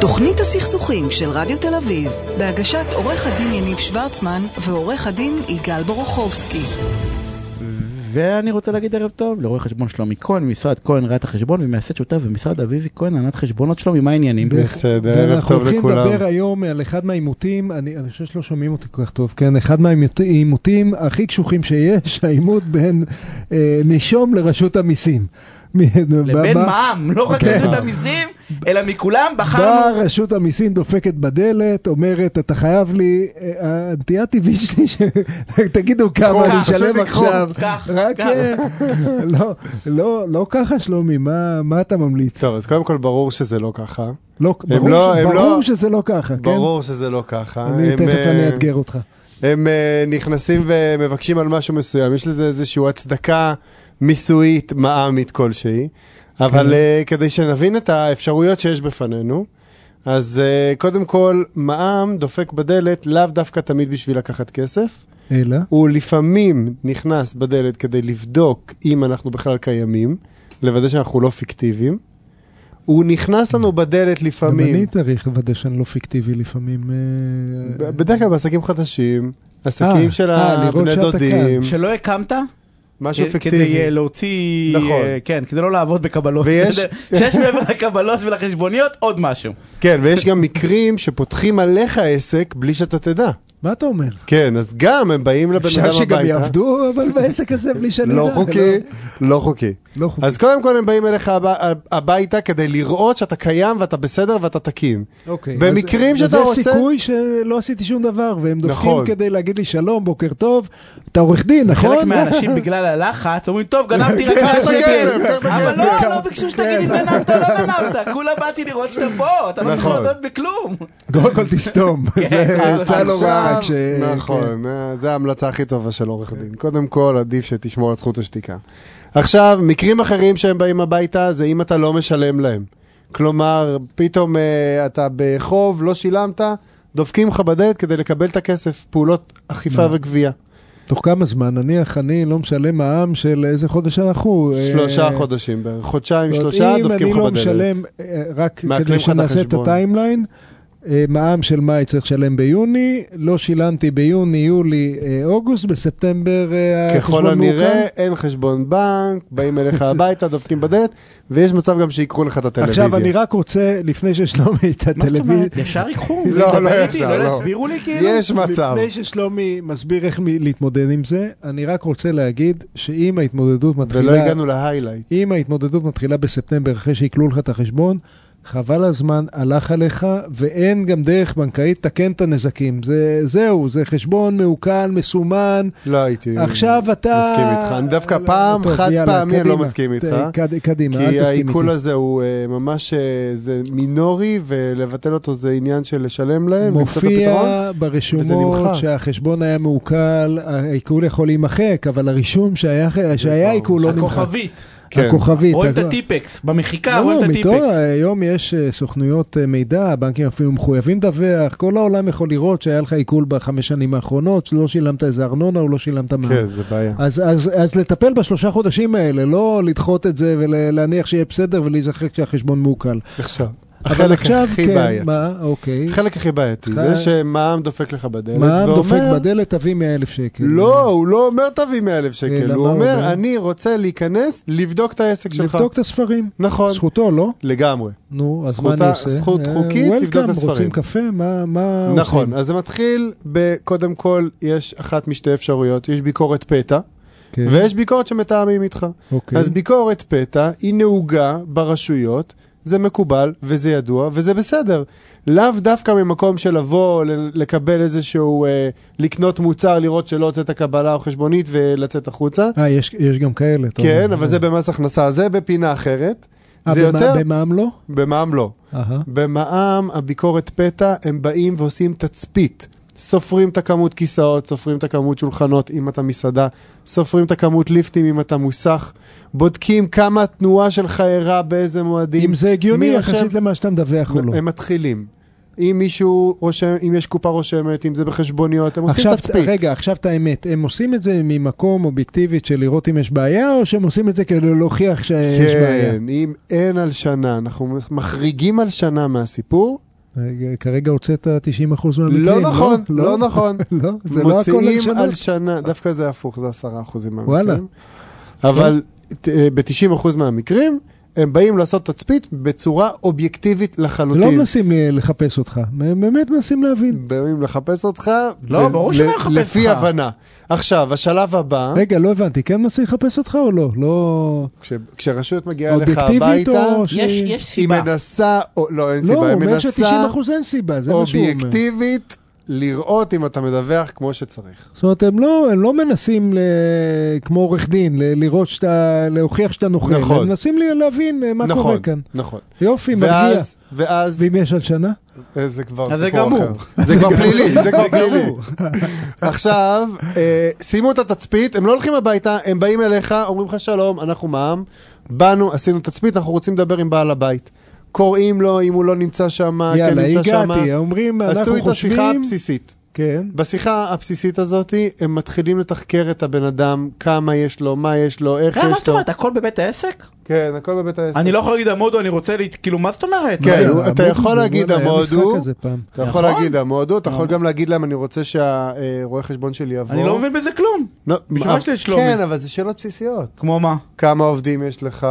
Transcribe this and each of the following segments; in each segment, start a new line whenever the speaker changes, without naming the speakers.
תוכנית הסכסוכים של רדיו תל אביב, בהגשת עורך הדין יניב שוורצמן ועורך הדין יגאל בורוכובסקי.
ואני רוצה להגיד ערב טוב לרואה חשבון שלומי כהן, ממשרד כהן ראיית החשבון ומייסד שותף במשרד אביבי כהן, ענת חשבונות שלומי, מה העניינים?
בסדר, ערב
אנחנו
טוב
הולכים
לכולם.
לדבר היום על אחד מהעימותים, אני, אני חושב שלא שומעים אותי כל כך טוב, כן? אחד מהעימותים הכי קשוחים שיש, העימות בין אה, נישום לרשות המיסים.
לבין מע"מ, לא רק
כן.
רשות המיסים, אלא מכולם בחרנו.
באה רשות המיסים דופקת בדלת, אומרת, אתה חייב לי, אה, הנטייה הטבעית שלי, ש- תגידו כמה אני
קח,
אשלם
פשוט לקרוא,
עכשיו.
קח,
רק,
קח.
אה, לא, לא, לא ככה, שלומי, מה, מה אתה ממליץ?
טוב, אז קודם כל ברור שזה לא ככה.
לא,
הם
ברור,
לא-
ש-
הם לא-
ברור שזה לא ככה, כן?
ברור שזה לא ככה.
אני
הם,
תכף
אה,
אני אאתגר אותך.
הם אה, נכנסים ומבקשים על משהו מסוים, יש לזה איזושהי הצדקה מיסויית, מע"מית כלשהי,
כן.
אבל אה, כדי שנבין את האפשרויות שיש בפנינו, אז אה, קודם כל, מע"מ דופק בדלת לאו דווקא תמיד בשביל לקחת כסף,
אלא?
הוא לפעמים נכנס בדלת כדי לבדוק אם אנחנו בכלל קיימים, לוודא שאנחנו לא פיקטיביים. הוא נכנס לנו בדלת
גם אני
לפעמים,
צריך לוודא שאני לא פיקטיבי לפעמים. אה,
ב- בדרך כלל בעסקים חדשים,
אה,
עסקים של
אה, לראות
הבני
שאתה
דודים,
שלא הקמת, כדי
משהו
אה,
פיקטיבי.
להוציא,
נכון.
אה, כן, כדי לא לעבוד בקבלות.
ויש-
שיש מעבר לקבלות ולחשבוניות עוד משהו.
כן, ויש גם מקרים שפותחים עליך עסק בלי שאתה תדע.
מה אתה אומר?
כן, אז גם הם באים לבן אדם
אפשר
הביתה.
שגם יעבדו, אבל בעסק הזה בלי שאני
לא
אדע.
חוקי, לא חוקי.
לא חוקי.
אז קודם כל הם באים אליך הב- הביתה כדי לראות שאתה קיים ואתה בסדר ואתה תקין.
אוקיי.
במקרים
אז-
שאתה
אז
רוצה-
יש סיכוי שלא עשיתי שום דבר, והם דופקים
נכון.
כדי להגיד לי שלום, בוקר טוב. אתה עורך דין, נכון?
חלק מהאנשים בגלל הלחץ אומרים, טוב, גנבתי רק
קח
מאה
את
שקל.
הכסף, קח את
אבל
הכסף.
לא, לא ביקשו
כן.
שתגיד אם גנבת, לא גנבת. כולה באתי לראות שאתה פה, אתה לא צריך
נכון.
להודות בכלום.
קודם כל תסתום.
כן,
זה
קודם כל
עצה לא רעה. כש- כן.
נכון, אה, זו ההמלצה הכי טובה של עורך דין. קודם כל, עדיף שתשמור על זכות השתיקה. עכשיו, מקרים אחרים שהם באים הביתה, זה אם אתה לא משלם להם. כלומר, פתאום אה, אתה בחוב, לא שילמת, דופקים לך בדלת כדי לקבל את הכסף, פעולות אכיפה וגבייה.
תוך כמה זמן? נניח אני לא משלם מע"מ של איזה חודש אנחנו? אה,
שלושה חודשים בערך, חודשיים,
זאת אומרת,
שלושה, דופקים לך
אם אני לא
בדלת.
משלם, אה, רק
מעקלים
כדי
לך את
שנעשה את
החשבון.
הטיימליין, אה, מע"מ של מאי צריך לשלם ביוני, לא שילמתי ביוני, יולי, אה, אוגוסט, בספטמבר אה,
ככל
החשבון
הנראה,
מעוקל.
אין חשבון בנק, באים אליך הביתה, דופקים בדלת, ויש מצב גם שיקרו לך את הטלוויזיה.
עכשיו אני רק רוצה, לפני ששלומי את
מה זאת
הטלוויזיה,
אומרת? ישר ייקחו?
לא,
לדבר
לא
איתי,
ישר, לא.
יסבירו לי כאילו?
יש מצב.
לפני ששלומי מסביר איך מ- להתמודד עם זה, אני רק רוצה להגיד שאם ההתמודדות
ולא
מתחילה
הגענו להיילייט.
אם ההתמודדות מתחילה בספטמבר אחרי שעיקלו לך את החשבון, חבל הזמן, הלך עליך, ואין גם דרך בנקאית לתקן את הנזקים. זה, זהו, זה חשבון מעוקל, מסומן.
לא הייתי
עכשיו אתה... לא,
מסכים איתך. אני דווקא פעם
טוב,
חד
יאללה,
פעמי אני לא
קדימה.
מסכים איתך.
ת- קד- קדימה, אל
כי
תסכים
העיקול
איתי.
הזה הוא אה, ממש, אה, זה מינורי, ולבטל אותו זה עניין של לשלם להם, למצוא את
מופיע
הפתרון. וזה נמחק.
ברשומות שהחשבון היה מעוקל, העיקול יכול להימחק, אבל הרישום שהיה שהיה
ברור.
עיקול לא נמחק.
הכוכבית.
כן.
הכוכבית. לא.
רואים את
הכ-
הטיפקס, במחיקה רואים
לא,
את
מתור,
הטיפקס.
היום יש אה, סוכנויות אה, מידע, הבנקים אפילו מחויבים לדווח, כל העולם יכול לראות שהיה לך עיקול בחמש שנים האחרונות, שלא שילמת איזה ארנונה או לא שילמת מע"מ.
כן, זה בעיה.
אז, אז, אז לטפל בשלושה חודשים האלה, לא לדחות את זה ולהניח שיהיה בסדר ולהיזכר כשהחשבון מעוקל.
עכשיו,
אבל
החלק
עכשיו,
הכי
כן,
בעייתי.
מה, אוקיי.
החלק הכי בעייתי,
אה.
זה שמע"מ דופק לך בדלת,
מע"מ דופק
ואומר,
בדלת, תביא 100 אלף שקל.
לא, הוא לא אומר תביא 100 אלף שקל,
אלא
הוא
מה הוא
אומר,
אומר?
אני רוצה להיכנס, לבדוק את העסק שלך.
לבדוק את הספרים.
נכון,
זכותו, לא?
לגמרי.
נו, אז
זכות
מה אני
ה-
עושה?
זכות
אה,
חוקית לבדוק את
welcome,
הספרים.
רוצים קפה? מה מה עושים?
נכון, אז זה מתחיל בקודם כל, יש אחת משתי אפשרויות, יש ביקורת פתע,
כן,
ויש ביקורת שמתאמים איתך.
אוקיי.
אז ביקורת פתע היא נהוגה ברשויות, זה מקובל וזה ידוע וזה בסדר. לאו דווקא ממקום של לבוא, ל- לקבל איזשהו, אה, לקנות מוצר, לראות שלא הוצאת קבלה או חשבונית ולצאת החוצה.
אה, יש, יש גם כאלה. אתה
כן,
אומר.
אבל זה במס הכנסה, זה בפינה אחרת.
אה,
זה
במע-
יותר,
במע"מ לא?
במע"מ לא.
אהה.
במע"מ, הביקורת פתע, הם באים ועושים תצפית. סופרים את הכמות כיסאות, סופרים את הכמות שולחנות אם אתה מסעדה, סופרים את הכמות ליפטים אם אתה מוסך, בודקים כמה התנועה שלך אירעה באיזה מועדים.
אם זה הגיוני
מי
יחסית
יושב-
למה שאתה מדווח או לא.
הם מתחילים. אם מישהו רושם, אם יש קופה רושמת, אם זה בחשבוניות, הם עושים
עכשיו,
תצפית.
רגע, עכשיו את האמת, הם עושים את זה ממקום אובייקטיבית של לראות אם יש בעיה, או שהם עושים את זה כדי להוכיח שיש בעיה?
כן, אם אין על שנה, אנחנו מחריגים על שנה מהסיפור,
רגע, כרגע הוצאת 90% מהמקרים.
לא נכון, לא נכון.
לא, זה לא הכל על
מוציאים
שנה.
על שנה, דווקא זה הפוך, זה עשרה אחוזים מהמקרים.
וואלה. כן.
אבל ב-90 אחוז מהמקרים, הם באים לעשות תצפית בצורה אובייקטיבית
לא
לחלוטין.
מנסים אה, לחפש אותך, הם באמת מנסים להבין.
באים לחפש אותך,
לא,
ב-
ברור
ל-
שלא נחפש
לפי
אותך.
הבנה. עכשיו, השלב הבא,
רגע, לא הבנתי, כן מנסים לחפש אותך או לא? לא...
כש- כשרשות מגיעה אליך
אובייקטיבית
הביתה,
או...
יש, יש
היא
סיבה.
מנסה, או- לא, אין
לא,
סיבה,
הוא
היא
אומר
מנסה
ש-90% אין סיבה, זה מה שהוא אומר.
אובייקטיבית לראות אם אתה מדווח כמו שצריך.
זאת אומרת, הם לא, הם לא מנסים, ל... כמו עורך דין, ל... לראות שאתה, להוכיח שאתה נוכל.
נכון.
הם מנסים ל- להבין אה, מה
נכון,
קורה כאן.
נכון.
יופי, מרגיע.
ואז, ואז,
ואם יש על שנה?
אה, זה כבר
אז זה
סיפור
גמור.
אחר. זה כבר פלילי, זה כבר פלילי. עכשיו, אה, סיימו את התצפית, הם לא הולכים הביתה, הם באים אליך, אומרים לך שלום, אנחנו מע"מ, באנו, עשינו תצפית, אנחנו רוצים לדבר עם בעל הבית. קוראים לו, אם הוא לא נמצא שם, כן
יאללה,
נמצא שם.
הגעתי, אומרים,
עשו
אנחנו
את השיחה
חושבים...
הבסיסית.
כן.
בשיחה הבסיסית הזאת, הם מתחילים לתחקר את הבן אדם, כמה יש לו, מה יש לו, איך
אה,
רגע, אה, מה
יש
זאת
לו.
אומרת, הכל בבית העסק?
כן, הכל בבית העסק.
אני לא יכול להגיד עמודו, אני רוצה ל... כאילו, מה זאת אומרת?
כן,
אה,
הוא- אתה
המודו,
יכול להגיד
בואנה, לא, היה
המודו.
משחק כזה פעם.
אתה יכול
נכון.
להגיד המועדות, אתה יכול גם להגיד להם, אני רוצה שהרואה חשבון שלי יבוא.
אני לא מבין בזה כלום.
לא,
בשביל
מה-
מה יש לי את שלומי?
כן, אבל זה שאלות בסיסיות.
כמו מה?
כמה עובדים יש לך,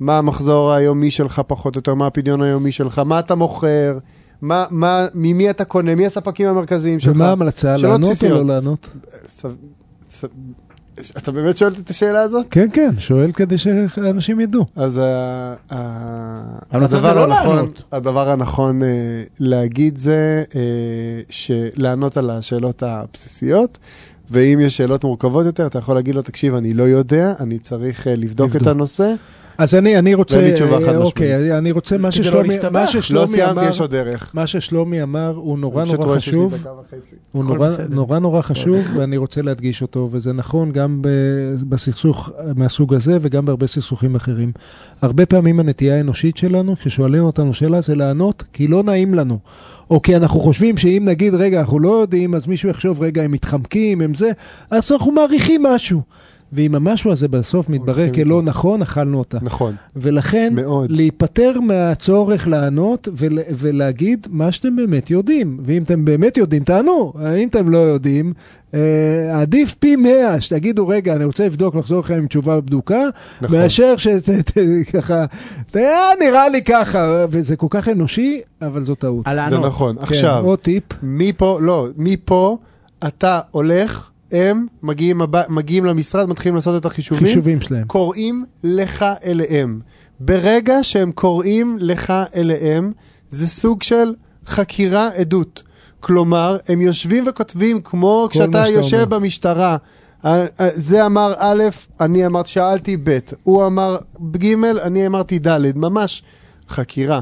מה המחזור היומי שלך פחות או יותר, מה הפדיון היומי שלך, מה אתה מוכר, מה- מה- ממי אתה קונה, מי הספקים המרכזיים שלך.
ומה ההמלצה,
שאלות
לענות או
בסיסיות.
לא לענות?
ס- ס- אתה באמת שואל את השאלה הזאת?
כן, כן, שואל כדי שאנשים ידעו.
אז ה- ה-
ההמלצה זה
הדבר
לא
הנכון,
לענות.
הדבר הנכון אה, להגיד זה אה, שלענות על השאלות הבסיסיות, ואם יש שאלות מורכבות יותר, אתה יכול להגיד לו, תקשיב, אני לא יודע, אני צריך אה, לבדוק
לבדוק.
את הנושא.
אז אני, אני רוצה...
ואין לי תשובה חד משמעית.
אוקיי, אני רוצה מה
כדי לא
ששלומי
להסתבך.
מה
לא
ששלומי
סיימתי,
אמר,
יש עוד דרך.
מה ששלומי אמר הוא נורא
אני פשוט
נורא
רואה שיש לי
חשוב,
דקה וחצי.
הוא
הכל
נורא,
בסדר.
נורא נורא חשוב
אוקיי.
ואני רוצה להדגיש אותו, וזה נכון גם ב, בסכסוך מהסוג הזה וגם בהרבה סכסוכים אחרים. הרבה פעמים הנטייה האנושית שלנו, כששואלים אותנו שאלה, זה לענות כי לא נעים לנו. או כי אנחנו חושבים שאם נגיד, רגע, אנחנו לא יודעים, אז מישהו יחשוב, רגע, הם מתחמקים, הם זה, אז אנחנו מעריכים משהו. ואם המשהו הזה בסוף מתברר
הולכים
כלא
איתו.
נכון, אכלנו אותה.
נכון,
ולכן,
מאוד.
להיפטר מהצורך לענות ול, ולהגיד מה שאתם באמת יודעים. ואם אתם באמת יודעים, תענו. אם אתם לא יודעים, אה, עדיף פי 100 שתגידו, רגע, אני רוצה לבדוק, לחזור לכם עם תשובה בדוקה,
נכון.
מאשר שככה, "אה, נראה לי ככה, וזה כל כך אנושי, אבל זו טעות.
על
זה
לענות.
נכון.
כן,
עכשיו,
עוד טיפ.
מפה, לא, מפה אתה הולך, הם מגיעים הב- מגיעים למשרד, מתחילים לעשות את החישובים.
חישובים שלהם.
קוראים לך אליהם. ברגע שהם קוראים לך אליהם, זה סוג של חקירה עדות. כלומר, הם יושבים וכותבים כמו
כל מה
כשאתה
שאתה
יושב
אומר.
במשטרה. אה, אה, זה אמר א', אני אמרתי, שאלתי ב', הוא אמר ג', אני אמרתי ד', ממש חקירה.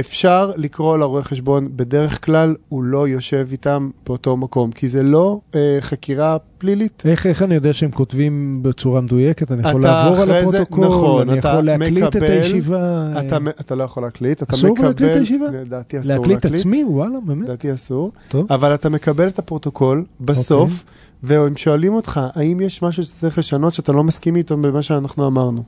אפשר לקרוא לרואה חשבון, בדרך כלל הוא לא יושב איתם באותו מקום, כי זה לא אה, חקירה פלילית.
איך, איך אני יודע שהם כותבים בצורה מדויקת? אני יכול
אתה
לעבור על
אחרי זה-
הפרוטוקול,
נכון,
אני
אתה
יכול להקליט את
מקבל-
הישיבה.
אתה, מ- אתה לא יכול להקליט, אתה
אה, אסור
מקבל...
להקליט את הישיבה?
לדעתי אסור להקליט.
להקליט עצמי? וואלה, באמת?
לדעתי אסור.
טוב. אוקיי.
אבל אתה מקבל את הפרוטוקול בסוף, והם שואלים אותך, האם יש משהו שצריך לשנות שאתה לא מסכים איתו במה שאנחנו אמרנו.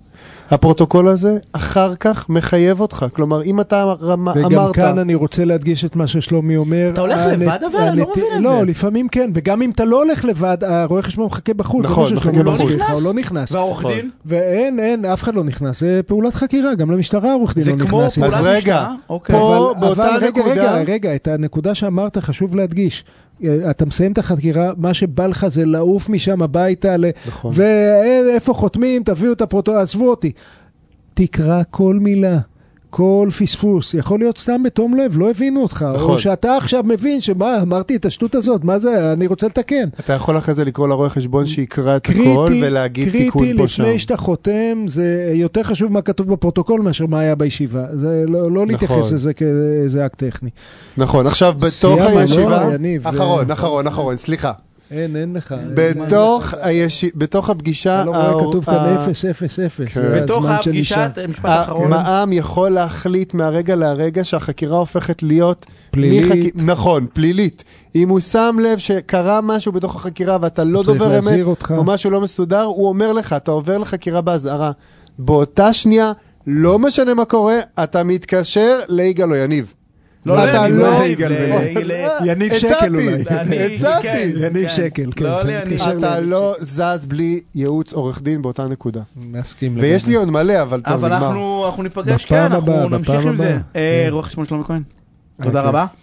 הפרוטוקול הזה אחר כך מחייב אותך. כלומר, אם אתה רמה,
וגם
אמרת...
כאן אני רוצה להדגיש את מה ששלומי אומר.
אתה הולך
הנט-
לבד, אבל? אני לא
הנט-
מבין את
לא,
זה.
לפעמים כן, וגם אם אתה לא הולך לבד, הרואה חשבון מחכה בחוץ. זה
נכון,
מה ששלומי
מחכה
אומר
בחוץ.
לך,
הוא
הוא
לא
לא נכנס.
והעורך
נכון.
דין?
ואין, אין, אף אחד לא נכנס. זה פעולת חקירה, גם למשטרה העורך דין
זה
לא נכנס.
כמו
אם-
פעולת
אז רגע,
משטרה? אוקיי.
פה-
אבל-
באותה
אבל רגע,
נקודה-
רגע, רגע, את הנקודה שאמרת חשוב להדגיש. אה, אתה מסיים את החקירה, מה שבא לך זה לעוף משם הביתה, ל-
נכון.
ואיפה חותמים, תביאו את הפרוטו, עזבו אותי. תקרא כל מילה. כל פספוס, יכול להיות סתם בתום לב, לא הבינו אותך,
נכון.
או שאתה עכשיו מבין שמה, אמרתי את השטות הזאת, מה זה, אני רוצה לתקן.
אתה יכול אחרי זה לקרוא לרואה חשבון שיקרא את הכל
קריטי,
ולהגיד תיקון
קריטי
פה שם.
לפני שאתה חותם, זה יותר חשוב מה כתוב בפרוטוקול מאשר מה היה בישיבה. זה לא, לא להתייחס לזה כאיזה אקט טכני.
נכון, עכשיו בתוך
סיימנו,
הישיבה...
לא, יניב, זה-
אחרון, אחרון, אחרון, סליחה.
אין, אין לך.
בתוך הישי- בתוך הפגישה...
אתה לא רואה
ההור-
כתוב
ה-
כאן 0, 0, 0.
כן.
בתוך הפגישת, משפט
אה,
אחרון.
המע"מ יכול להחליט מהרגע להרגע שהחקירה הופכת להיות...
פלילית.
מחק- נכון, פלילית. אם הוא שם לב שקרה משהו בתוך החקירה ואתה לא
צריך
דובר אמת,
להזהיר אותך.
או משהו לא מסודר, הוא אומר לך, אתה עובר לחקירה באזהרה. באותה שנייה, לא משנה מה קורה, אתה מתקשר ליגאל או יניב. לא,
אתה
אני
לא...
לא-
יגאל
ל-
בן-
ל-
יניב
הצעתי.
שקל אולי.
לא. אני-
הצעתי.
כן,
יניב
כן.
שקל, כן.
לא לי,
אני
אני-
מתקשר
אתה לא זז בלי ייעוץ עורך דין באותה נקודה.
מסכים לגמרי.
ויש לי עוד מלא, אבל טוב,
אבל
נגמר.
אנחנו אנחנו ניפגש,
בפעם
כן, אנחנו
הבאה, אוקיי.
נמשיך
בפעם
עם זה.
הבאה.
אה, רואה חשבון שלומי כהן, תודה רבה.